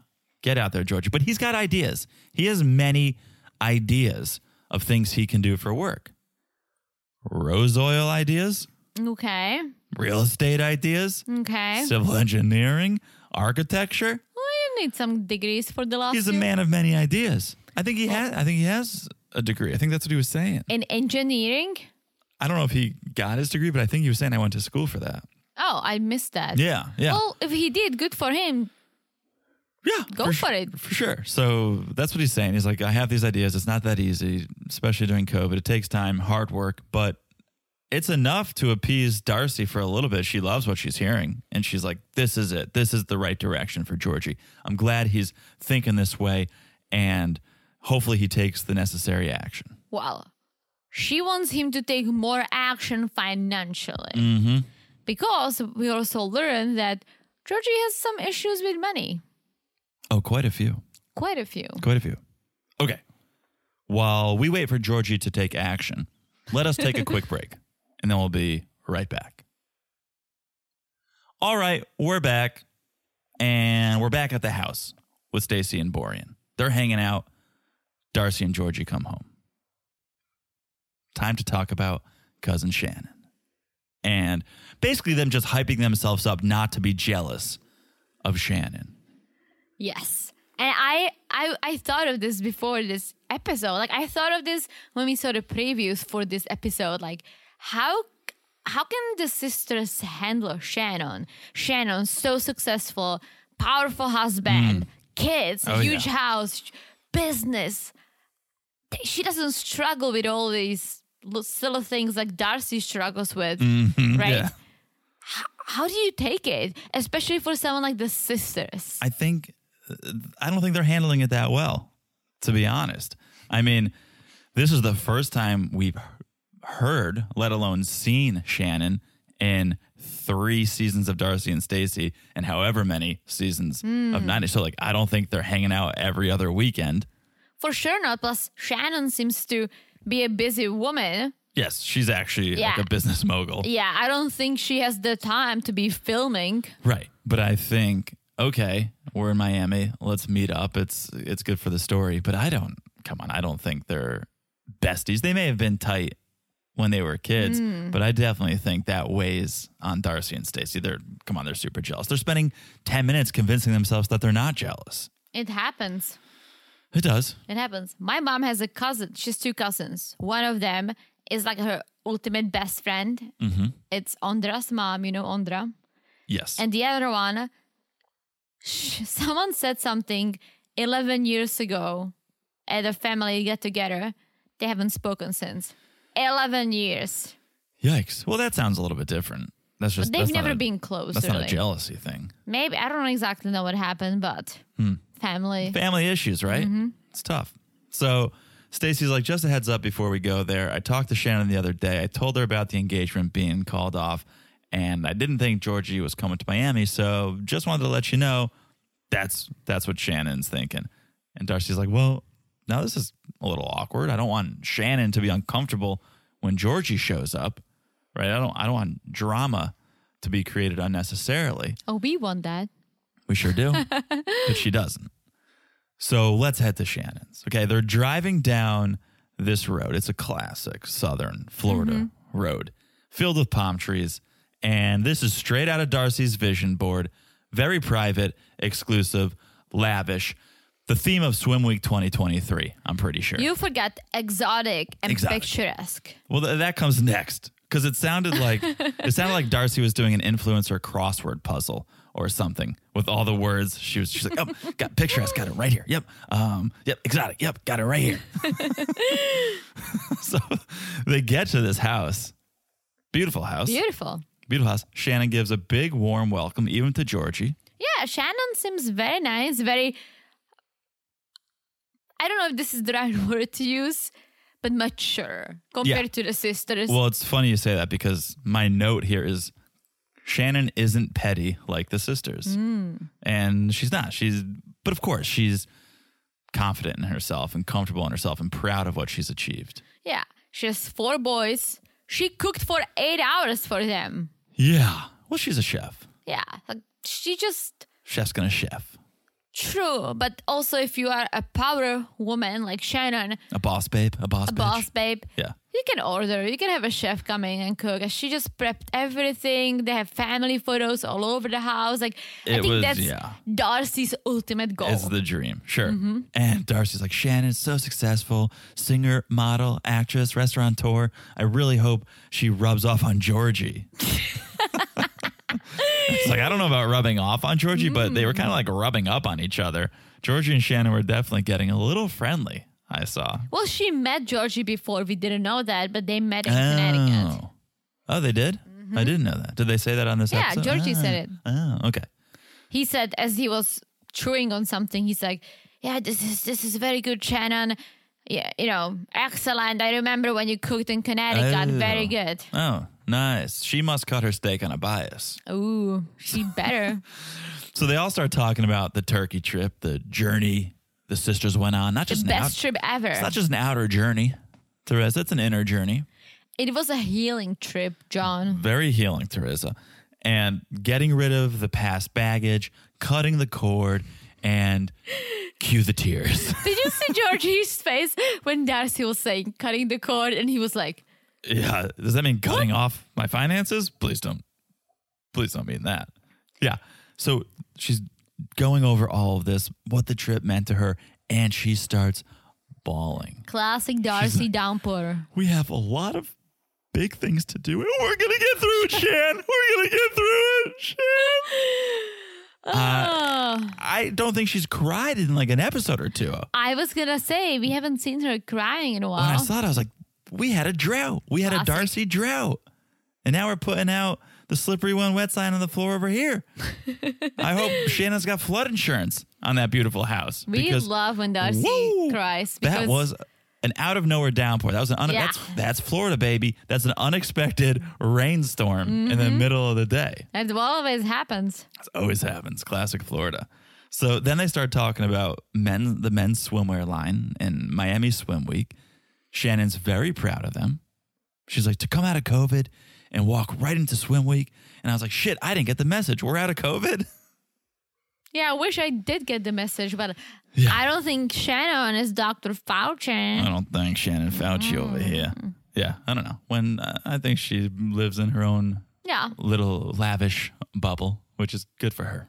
S3: get out there, Georgia. But he's got ideas. He has many ideas of things he can do for work. Rose oil ideas,
S4: Okay.
S3: real estate ideas,
S4: Okay.
S3: civil engineering, architecture.
S4: well, you need some degrees for the last
S3: He's a
S4: two.
S3: man of many ideas. I think he has. I think he has a degree. I think that's what he was saying.
S4: In engineering?
S3: I don't know if he got his degree, but I think he was saying I went to school for that.
S4: Oh, I missed that.
S3: Yeah, yeah.
S4: Well, if he did, good for him.
S3: Yeah.
S4: Go
S3: su-
S4: for it.
S3: For sure. So that's what he's saying. He's like, I have these ideas. It's not that easy, especially during COVID. It takes time, hard work, but it's enough to appease Darcy for a little bit. She loves what she's hearing. And she's like, this is it. This is the right direction for Georgie. I'm glad he's thinking this way. And hopefully he takes the necessary action.
S4: Well, she wants him to take more action financially.
S3: Mm. Mm-hmm.
S4: Because we also learned that Georgie has some issues with money.
S3: Oh, quite a few.
S4: Quite a few.
S3: Quite a few. Okay. While we wait for Georgie to take action, let us take a quick break and then we'll be right back. All right, we're back. And we're back at the house with Stacy and Borian. They're hanging out. Darcy and Georgie come home. Time to talk about cousin Shannon. And basically them just hyping themselves up not to be jealous of Shannon.
S4: Yes. And I, I I thought of this before this episode. Like I thought of this when we saw the previews for this episode. Like how how can the sisters handle Shannon? Shannon so successful, powerful husband, kids,
S3: Mm. Oh,
S4: huge
S3: yeah.
S4: house, business. She doesn't struggle with all these little silly things like Darcy struggles with,
S3: Mm.
S4: right?
S3: yeah.
S4: How do you take it, especially for someone like the sisters?
S3: I think uh, I don't think they're handling it that well, to be honest. I mean, this is the first time we've heard, let alone seen Shannon in three seasons of Darcy and Stacy and however many seasons of 90. So like I don't think they're hanging out every other weekend.
S4: For sure not. Plus, Shannon seems to be a busy woman.
S3: Yes, she's actually
S4: Yeah.
S3: like a business mogul.
S4: Yeah, I don't think she has the time to be filming.
S3: Right. But I think, okay, we're in Miami. Let's meet up. It's it's good for the story. But I don't come on, I don't think they're besties. They may have been tight when they were kids,
S4: Hmm.
S3: but I definitely think that weighs on Darcy and Stacy. They're come on, they're super jealous. They're spending ten minutes convincing themselves that they're not jealous.
S4: It happens.
S3: It does.
S4: It happens. My mom has a cousin. She's two cousins. One of them is like her ultimate best friend.
S3: Mm-hmm.
S4: It's Ondra's mom, you know, Ondra.
S3: Yes.
S4: And the other one, sh- someone said something 11 years ago at a family get together. They haven't spoken since. 11 years.
S3: Yikes. Well, that sounds a little bit different. That's just
S4: But they've
S3: that's not
S4: never
S3: a-
S4: been close,
S3: That's
S4: really.
S3: not a jealousy thing.
S4: Maybe, I don't exactly know what happened, but family.
S3: family issues, right? It's tough. So Stacy's like, just a heads up before we go there. I talked to Shannon the other day. I told her about the engagement being called off, and I didn't think Georgie was coming to Miami, so just wanted to let you know that's that's what Shannon's thinking. And Darcy's like, well, now this is a little awkward. I don't want Shannon to be uncomfortable when Georgie shows up, right? I don't I don't want drama to be created unnecessarily.
S4: oh, we want that.
S3: We sure do. but she doesn't. So let's head to Shannon's. Okay. They're driving down this road. It's a classic southern Florida road filled with palm trees. And this is straight out of Darcy's vision board. Very private, exclusive, lavish. The theme of Swim Week 2023, I'm pretty sure.
S4: You forgot exotic and
S3: Exotic.
S4: picturesque.
S3: Well, th- that comes next because it sounded like it sounded like Darcy was doing an influencer crossword puzzle or something with all the words. She was she's like, oh, got picturesque, got it right here. Yep, um, yep, exotic. Yep, got it right here. so they get to this house, beautiful house,
S4: Beautiful.
S3: beautiful house. Shannon gives a big warm welcome, even to Georgie.
S4: Yeah, Shannon seems very nice, very. I don't know if this is the right word to use, but mature compared to the sisters.
S3: Well, it's funny you say that because my note here is Shannon isn't petty like the sisters.
S4: Hmm.
S3: And she's not. She's, but of course, she's confident in herself and comfortable in herself and proud of what she's achieved.
S4: yeah, she has four boys. She cooked for eight hours for them.
S3: Yeah. Well, she's a chef.
S4: Yeah, like she just
S3: Chef's gonna chef.
S4: true. But also, if you are a power woman like Shannon,
S3: A boss babe. A boss
S4: a
S3: bitch.
S4: boss babe,
S3: Yeah.
S4: you can order. You can have a chef coming and cook. And she just prepped everything. They have family photos all over the house. Like I
S3: It
S4: think
S3: was-
S4: that's
S3: yeah.
S4: Darcy's ultimate goal.
S3: It's the dream. Sure.
S4: Mm-hmm.
S3: And Darcy's like, Shannon's so successful singer, model, actress, restaurateur. I really hope she rubs off on Georgie. it's like, I don't know about rubbing off on Georgie, but
S4: Mm.
S3: they were kind of like rubbing up on each other. Georgie and Shannon were definitely getting a little friendly, I saw.
S4: Well, she met Georgie before. We didn't know that, but they met in Connecticut. Mm-hmm.
S3: Oh. Oh, they did? I didn't know that. Did they say that on this
S4: Yeah,
S3: episode?
S4: Georgie said it.
S3: Oh, okay.
S4: He said, as he was chewing on something, he's like, "Yeah, this is this is very good, Shannon. Yeah, you know, excellent. I remember when you cooked in Connecticut. Very
S3: Oh.
S4: good.
S3: Oh, nice. She must cut her steak on a bias.
S4: Ooh, she better.
S3: So they all start talking about the turkey trip, the journey the sisters went on. Not
S4: the
S3: just an out-
S4: best trip ever.
S3: It's not just an outer journey, Theresa. It's an inner journey.
S4: it was a healing trip, John.
S3: Very healing, Theresa. And getting rid of the past baggage, cutting the cord, and cue the tears.
S4: Did you see Georgie's face when Darcy was saying cutting the cord, and he was like,
S3: yeah. Does that mean cutting off my finances? Please don't. Please don't mean that. Yeah. So she's going over all of this, what the trip meant to her, and she starts bawling.
S4: "Classic Darcy downpour."
S3: we have a lot of big things to do. and We're gonna get through it, Shan. We're gonna get through it, Shan.
S4: oh.
S3: I don't think she's cried in like an episode or two.
S4: I was gonna say we haven't seen her crying in a
S3: When I
S4: while.
S3: saw it, I was like, we had a drought. We had a
S4: Classic.
S3: Darcy drought. And now we're putting out the slippery one wet sign on the floor over here. I hope Shannon's got flood insurance on that beautiful house.
S4: We
S3: because
S4: love when Darcy
S3: Woo!
S4: cries.
S3: that
S4: because-
S3: was an out of nowhere downpour. That was an un-
S4: Yeah.
S3: that's that's Florida baby. That's an unexpected rainstorm in
S4: Mm-hmm.
S3: the middle of the day.
S4: That always happens.
S3: It always happens. Classic Florida. So then they start talking about men, the men's swimwear line and Miami Swim Week. Shannon's very proud of them. She's like, to come out of COVID and walk right into Swim Week. And I was like, shit, I didn't get the message. We're out of COVID.
S4: Yeah, I wish I did get the message, but
S3: Yeah.
S4: I don't think Shannon is Dr.
S3: I
S4: Fauci.
S3: don't think Shannon Fauci over here. Yeah, I don't know. When uh, I think she lives in her own
S4: Yeah,
S3: little lavish bubble, which is good for her.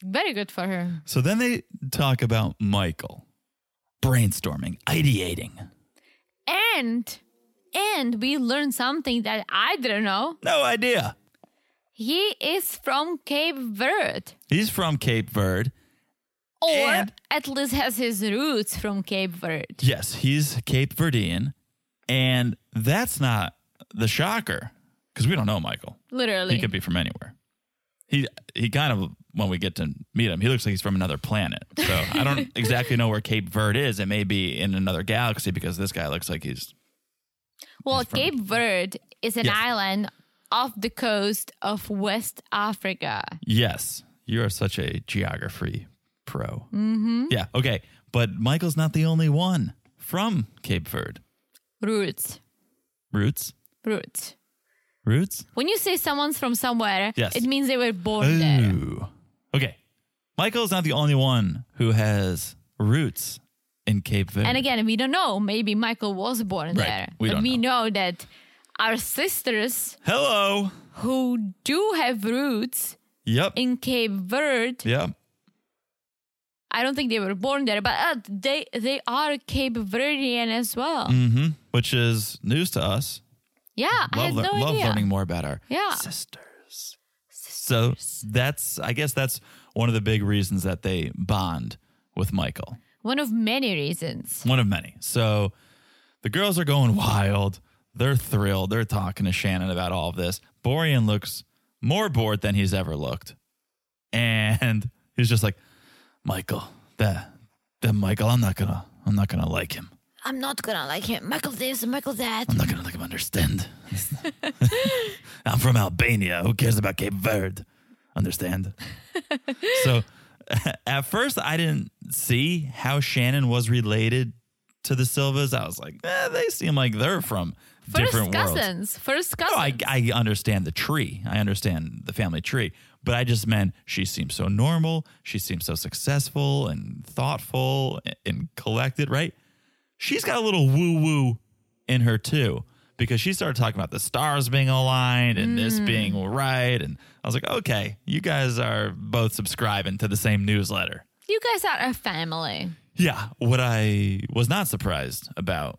S4: very good for her.
S3: So then they talk about Michael brainstorming, ideating.
S4: And and we learned something that I didn't know.
S3: No idea.
S4: He is from Cape Verde.
S3: He's from Cape Verde.
S4: Or
S3: And-
S4: at least has his roots from Cape Verde.
S3: Yes, he's Cape Verdean. And that's not the shocker because we don't know Michael.
S4: Literally.
S3: He could be from anywhere. He he kind of when we get to meet him, he looks like he's from another planet. So I don't exactly know where Cape Verde is. It may be in another galaxy because this guy looks like he's
S4: well, Cape Verde is an
S3: Yes.
S4: island off the coast of West Africa.
S3: Yes, you are such a geography pro. Mm-hmm. Yeah, okay. But Michael's not the only one from Cape Verde.
S4: Roots.
S3: Roots?
S4: Roots.
S3: Roots?
S4: When you say someone's from somewhere,
S3: Yes. Oh.
S4: it means they were born there.
S3: Ooh. Okay. Michael's not the only one who has roots in Cape Verde.
S4: And again, we don't know. Maybe Michael was born
S3: Right.
S4: there.
S3: We
S4: but
S3: don't
S4: we know. that our sisters
S3: Hello.
S4: who do have roots
S3: Yep.
S4: in Cape Verde,
S3: yep.
S4: I don't think they were born there, but uh, they they are Cape Verdean as well.
S3: Mm-hmm. Which is news to us.
S4: Yeah, I had
S3: lear-
S4: no
S3: love
S4: idea.
S3: learning more about our
S4: Yeah.
S3: sisters. So that's I guess that's one of the big reasons that they bond with Michael.
S4: One of many reasons.
S3: One of many. So the girls are going wild. They're thrilled. They're talking to Shannon about all of this. Borean looks more bored than he's ever looked. And he's just like, Michael, that that Michael, I'm not gonna I'm not gonna like him.
S4: I'm not gonna like him. Michael this, Michael that.
S3: I'm not gonna let him understand. I'm from Albania. Who cares about Cape Verde? Understand? so at first I didn't see how Shannon was related to the Silvas. I was like, eh, they seem like they're from
S4: First
S3: different worlds.
S4: cousins. First cousins.
S3: No, I, I understand the tree. I understand the family tree. But I just meant she seems so normal. She seems so successful and thoughtful and, and collected, right? She's got a little woo woo in her too, because she started talking about the stars being aligned and this being right. And I was like, okay, you guys are both subscribing to the same newsletter.
S4: you guys are a family.
S3: Yeah. What I was not surprised about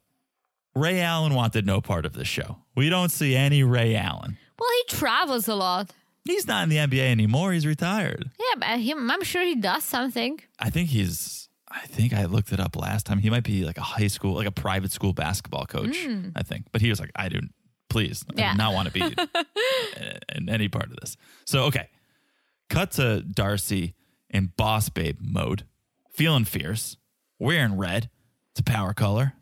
S3: Ray Allen wanted no part of this show. We don't see any Ray Allen.
S4: Well, he travels a lot.
S3: He's not in the NBA anymore. He's retired.
S4: Yeah, but he, I'm sure he does something.
S3: I think he's. I think I looked it up last time. He might be like a high school, like a private school basketball coach. I think, but he was like, I don't. Please, I
S4: Yeah.
S3: do not want to be in- in any part of this. So okay, cut to Darcy in boss babe mode, feeling fierce, wearing red. It's a power color,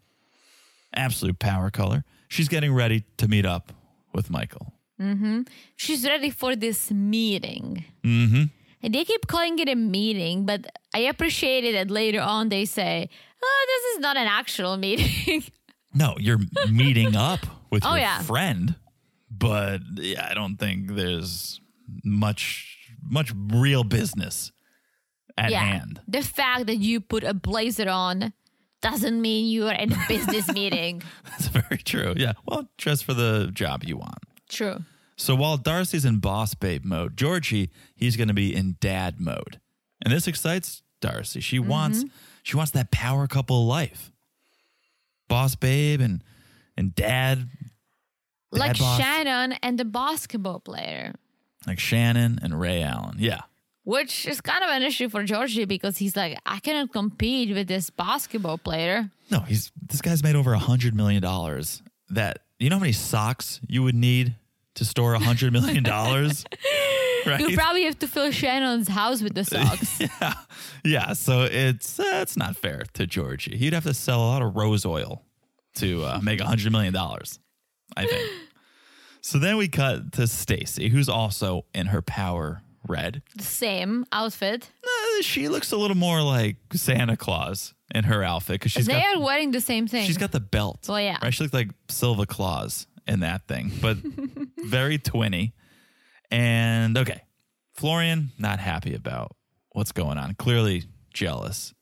S3: absolute power color. She's getting ready to meet up with Michael.
S4: She's ready for this meeting. Mm-hmm. And they keep calling it a meeting, but I appreciate it that later on they say, oh, this is not an actual meeting.
S3: No, you're meeting up with
S4: Oh,
S3: your
S4: yeah.
S3: friend, but yeah, I don't think there's much much real business at hand.
S4: The fact that you put a blazer on doesn't mean you are in a business meeting.
S3: That's very true. Yeah. Well, dress for the job you want.
S4: True.
S3: So while Darcy's in boss babe mode, Georgie, he's going to be in dad mode. And this excites Darcy. She
S4: Mm-hmm.
S3: wants she wants that power couple life. Boss babe and and dad
S4: like
S3: Dad boss.
S4: Shannon and the basketball player,
S3: like Shannon and Ray Allen. Yeah.
S4: which is kind of an issue for Georgie because he's like, I cannot compete with this basketball player.
S3: No, he's this guy's made over a hundred million dollars. That you know how many socks you would need to store a $100 million, right?
S4: You probably have to fill Shannon's house with the socks.
S3: yeah. yeah, so it's uh, it's not fair to Georgie. He'd have to sell a lot of rose oil to uh, make a hundred million dollars. I think. So then we cut to Stacy, who's also in her power red.
S4: the same outfit.
S3: Uh, she looks a little more like Santa Claus in her outfit because she's
S4: they
S3: got
S4: are wearing the same thing.
S3: she's got the belt.
S4: Well, yeah.
S3: right. She looks like Silva Claus in that thing, but very twinny. And okay, Florian not happy about what's going on. Clearly jealous.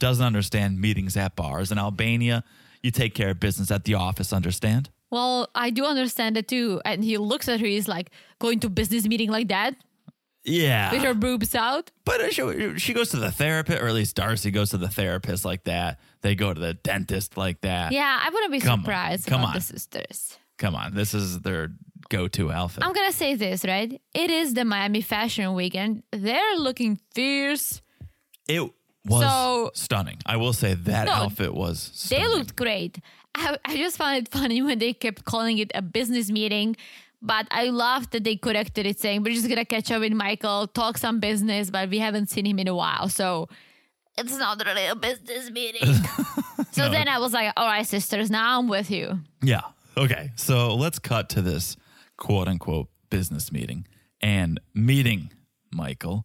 S3: Doesn't understand meetings at bars in Albania. You take care of business at the office. Understand?
S4: well, I do understand that too. And he looks at her. He's like, going to business meeting like that
S3: Yeah.
S4: with her boobs out.
S3: But uh, she, she goes to the therapist, or at least Darcy goes to the therapist like that. They go to the dentist like that.
S4: Yeah, I wouldn't be
S3: Ah. Come on,
S4: surprised
S3: come
S4: about
S3: on.
S4: the sisters.
S3: Come on, this is their go-to outfit.
S4: I'm gonna say this, right? It is the Miami Fashion Week, and they're looking fierce.
S3: It was
S4: So-
S3: stunning. I will say that
S4: No,
S3: outfit was.
S4: They
S3: Stunning.
S4: looked great. I, I just found it funny when they kept calling it a business meeting, but I love that they corrected it, saying we're just gonna catch up with Michael, talk some business, but we haven't seen him in a while, so it's not really a business meeting. so then I was like, all right, sisters, now I'm with you.
S3: Yeah. Okay. So let's cut to this quote unquote business meeting and meeting Michael.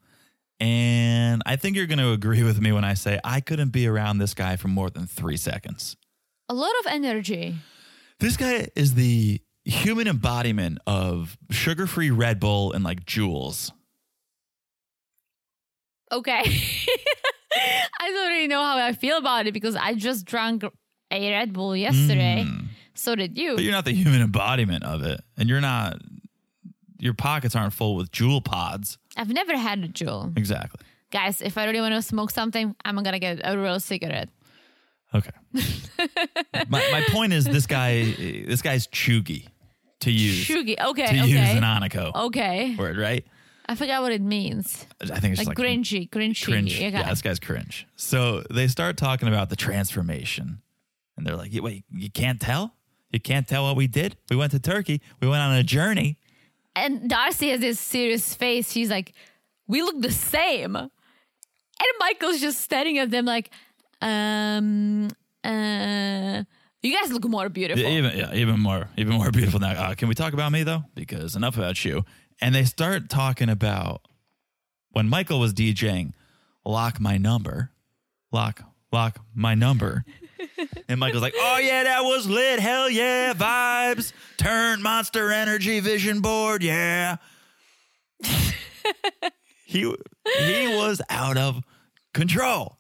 S3: And I think you're going to agree with me when I say I couldn't be around this guy for more than three seconds.
S4: A lot of energy.
S3: This guy is the human embodiment of sugar free Red Bull and like Jules.
S4: Okay. I don't really know how I feel about it because I just drank a Red Bull yesterday. So did you.
S3: But you're not the human embodiment of it. And you're not, your pockets aren't full with Jewel pods.
S4: I've never had a Juul.
S3: Exactly.
S4: Guys, if I really want to smoke something, I'm going to get a real cigarette.
S3: Okay. my, my point is this guy this guy's chuggy to use
S4: Shugi. Okay.
S3: to use
S4: okay.
S3: an
S4: Oh.
S3: Onico
S4: okay.
S3: word, right?
S4: I forgot what it means.
S3: I think it's just
S4: Like,
S3: like
S4: cringy, cringy.
S3: cringe.
S4: Okay.
S3: Yeah, this guy's cringe. So they start talking about the transformation, and they're like, "Yeah, "Wait, you can't tell? You can't tell what we did? We went to Turkey. We went on a journey."
S4: And Darcy has this serious face. She's like, we look the same. And Michael's just staring at them like, um, uh, you guys look more beautiful.
S3: Yeah, even yeah, even more even more beautiful now. Uh, can we talk about me though? Because enough about you. And they start talking about when Michael was DJing, lock my number, lock lock my number. and Michael's like, oh yeah, that was lit. Hell yeah, vibes. Turn Monster Energy Vision Board. Yeah. he he was out of control.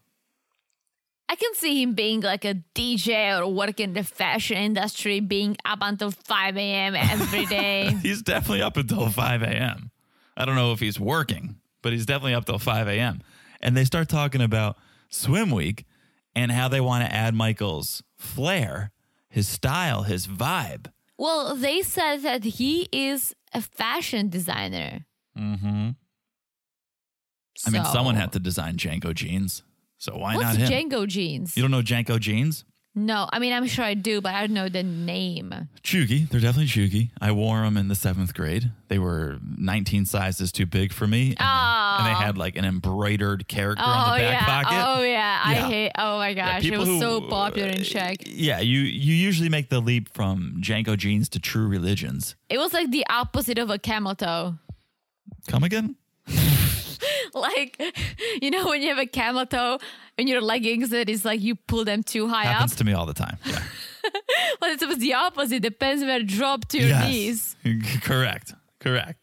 S4: I can see him being like a DJ or working in the fashion industry, being up until 5 a.m. every day.
S3: He's definitely up until 5 a.m. I don't know if he's working, but he's definitely up till 5 a.m. And they start talking about swim week and how they want to add Michael's flair, his style, his vibe.
S4: well, they said that he is a fashion designer.
S3: Mm-hmm. I mean, someone
S4: So-
S3: had to design Janko jeans. So why
S4: What's
S3: not him?
S4: Django jeans?
S3: you don't know Janko jeans?
S4: no, I mean, I'm sure I do, but I don't know the name.
S3: Chugi. They're definitely Chugi. I wore them in the seventh grade. They were 19 sizes too big for me. And, and they
S4: Oh.
S3: had like an embroidered character
S4: Oh,
S3: on the back
S4: yeah.
S3: pocket.
S4: Oh, yeah. I
S3: Yeah.
S4: hate. Oh, my
S3: Yeah,
S4: gosh. it
S3: people
S4: was
S3: who- uh,
S4: so popular in Czech.
S3: Yeah, you you usually make the leap from Janko jeans to True Religions.
S4: It was like the opposite of a camel toe.
S3: Come again?
S4: Like, you know, when you have a camel toe in your leggings, that is like you pull them too high up.
S3: Happens to me all the time. Yeah.
S4: Well, it was the opposite. The pants were dropped to your knees.
S3: Yes. Correct. Correct.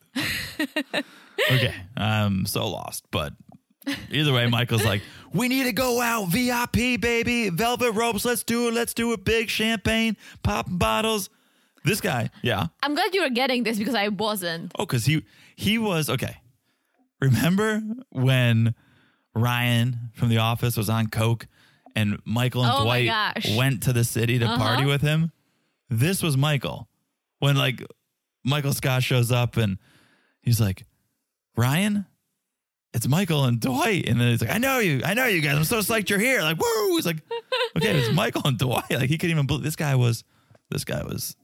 S3: okay, I'm so lost, but either way, Michael's like, we need to go out VIP, baby, velvet ropes. Let's do it. Let's do it. Big champagne, popping bottles. This guy, yeah.
S4: I'm glad you were getting this because I wasn't.
S3: Oh, because he he was okay. Remember when Ryan from the office was on coke, and Michael and
S4: Oh my
S3: Dwight
S4: gosh. Uh-huh.
S3: went to the city to party with him. This was Michael when like Michael Scott shows up and he's like, Ryan. It's Michael and Dwight, and then he's like, "I know you, I know you guys. I'm so psyched you're here." Like, woo! He's like, "Okay, it's Michael and Dwight." Like, he couldn't even believe this guy was, this guy was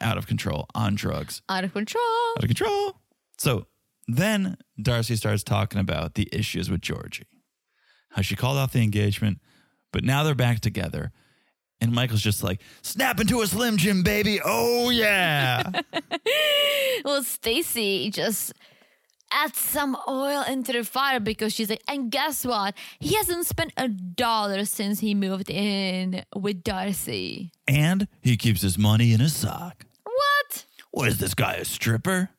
S3: out of control on drugs.
S4: Out of control.
S3: Out of control. So then Darcy starts talking about the issues with Georgie, how she called off the engagement, but now they're back together. And Michael's just like, snap into a Slim Jim, baby. Oh, yeah.
S4: Well, Stacy just adds some oil into the fire because she's like, and guess what? He hasn't spent a dollar since he moved in with Darcy.
S3: and he keeps his money in his sock.
S4: What?
S3: What is this guy, a stripper?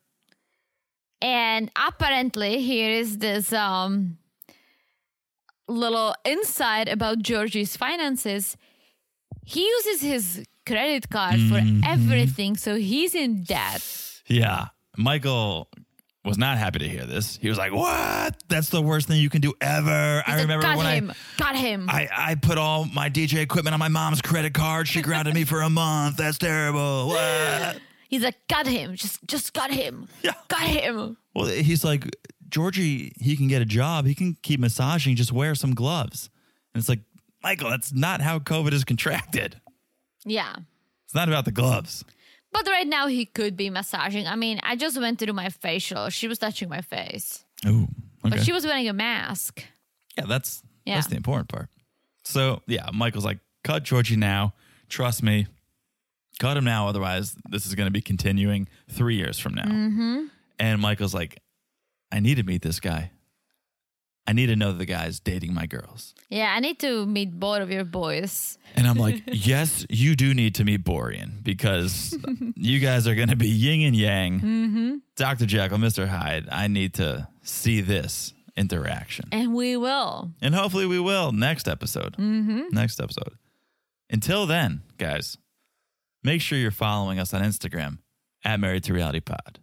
S4: And apparently, here is this um, little insight about Georgie's finances. He uses his credit card
S3: Mm-hmm.
S4: for everything, so he's in debt.
S3: Yeah. Michael was not happy to hear this. He was like, What? That's the worst thing you can do ever. I
S4: He's like,
S3: remember
S4: got
S3: when
S4: him,
S3: I.
S4: got him.
S3: I, I put all my DJ equipment on my mom's credit card. She grounded me for a month. That's terrible. What?
S4: He's like, got him, just, just got him,
S3: Yeah.
S4: got him.
S3: Well, he's like, Georgie, he can get a job. He can keep massaging. Just wear some gloves. And it's like, Michael, that's not how COVID is contracted.
S4: Yeah.
S3: It's not about the gloves.
S4: But right now he could be massaging. I mean, I just went to do my facial. She was touching my face,
S3: Ooh.
S4: but she was wearing a mask.
S3: Yeah, that's
S4: Yeah.
S3: that's the important part. So yeah, Michael's like, cut Georgie now. Trust me, cut him now. Otherwise, this is going to be continuing three years from now. And Michael's like, I need to meet this guy. I need to know the guy's dating my girls.
S4: Yeah, I need to meet both of your boys.
S3: And I'm like, yes, you do need to meet Borean because you guys are going to be yin and yang. Dr. Jekyll, Mr. Hyde, I need to see this interaction.
S4: And we will.
S3: And hopefully we will next episode. Mm-hmm. Next episode. Until then, guys, make sure you're following us on Instagram at Married to Reality Pod.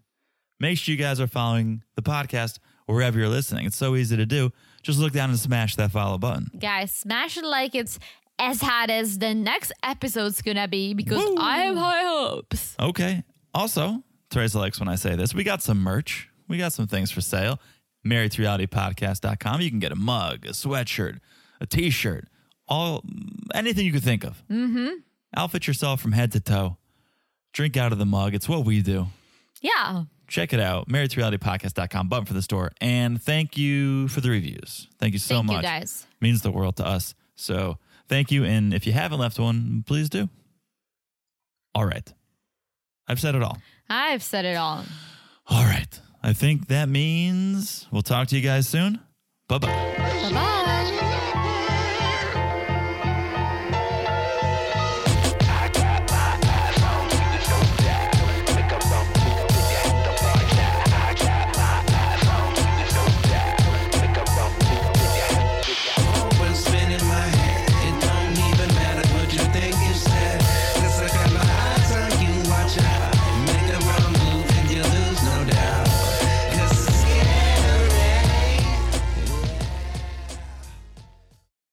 S3: Make sure you guys are following the podcast wherever you're listening. It's so easy to do. Just look down and smash that follow button.
S4: Guys, smash it like it's as hot as the next episode's gonna be because
S3: Woo.
S4: I have high hopes.
S3: Okay. Also, Teresa likes when I say this. We got some merch. We got some things for sale. Married to Reality Podcast.com. You can get a mug, a sweatshirt, a t shirt, all anything you could think of. Mm-hmm. Outfit yourself from head to toe. Drink out of the mug. It's what we do.
S4: Yeah.
S3: Check it out. Married to Reality Podcast.com. Button for the store. And thank you for the reviews. Thank you so
S4: Thank
S3: much.
S4: you guys.
S3: Means the world to us. So thank you. And if you haven't left one, please do. All right. I've said it all.
S4: I've said it all.
S3: All right. I think that means we'll talk to you guys soon. Bye bye.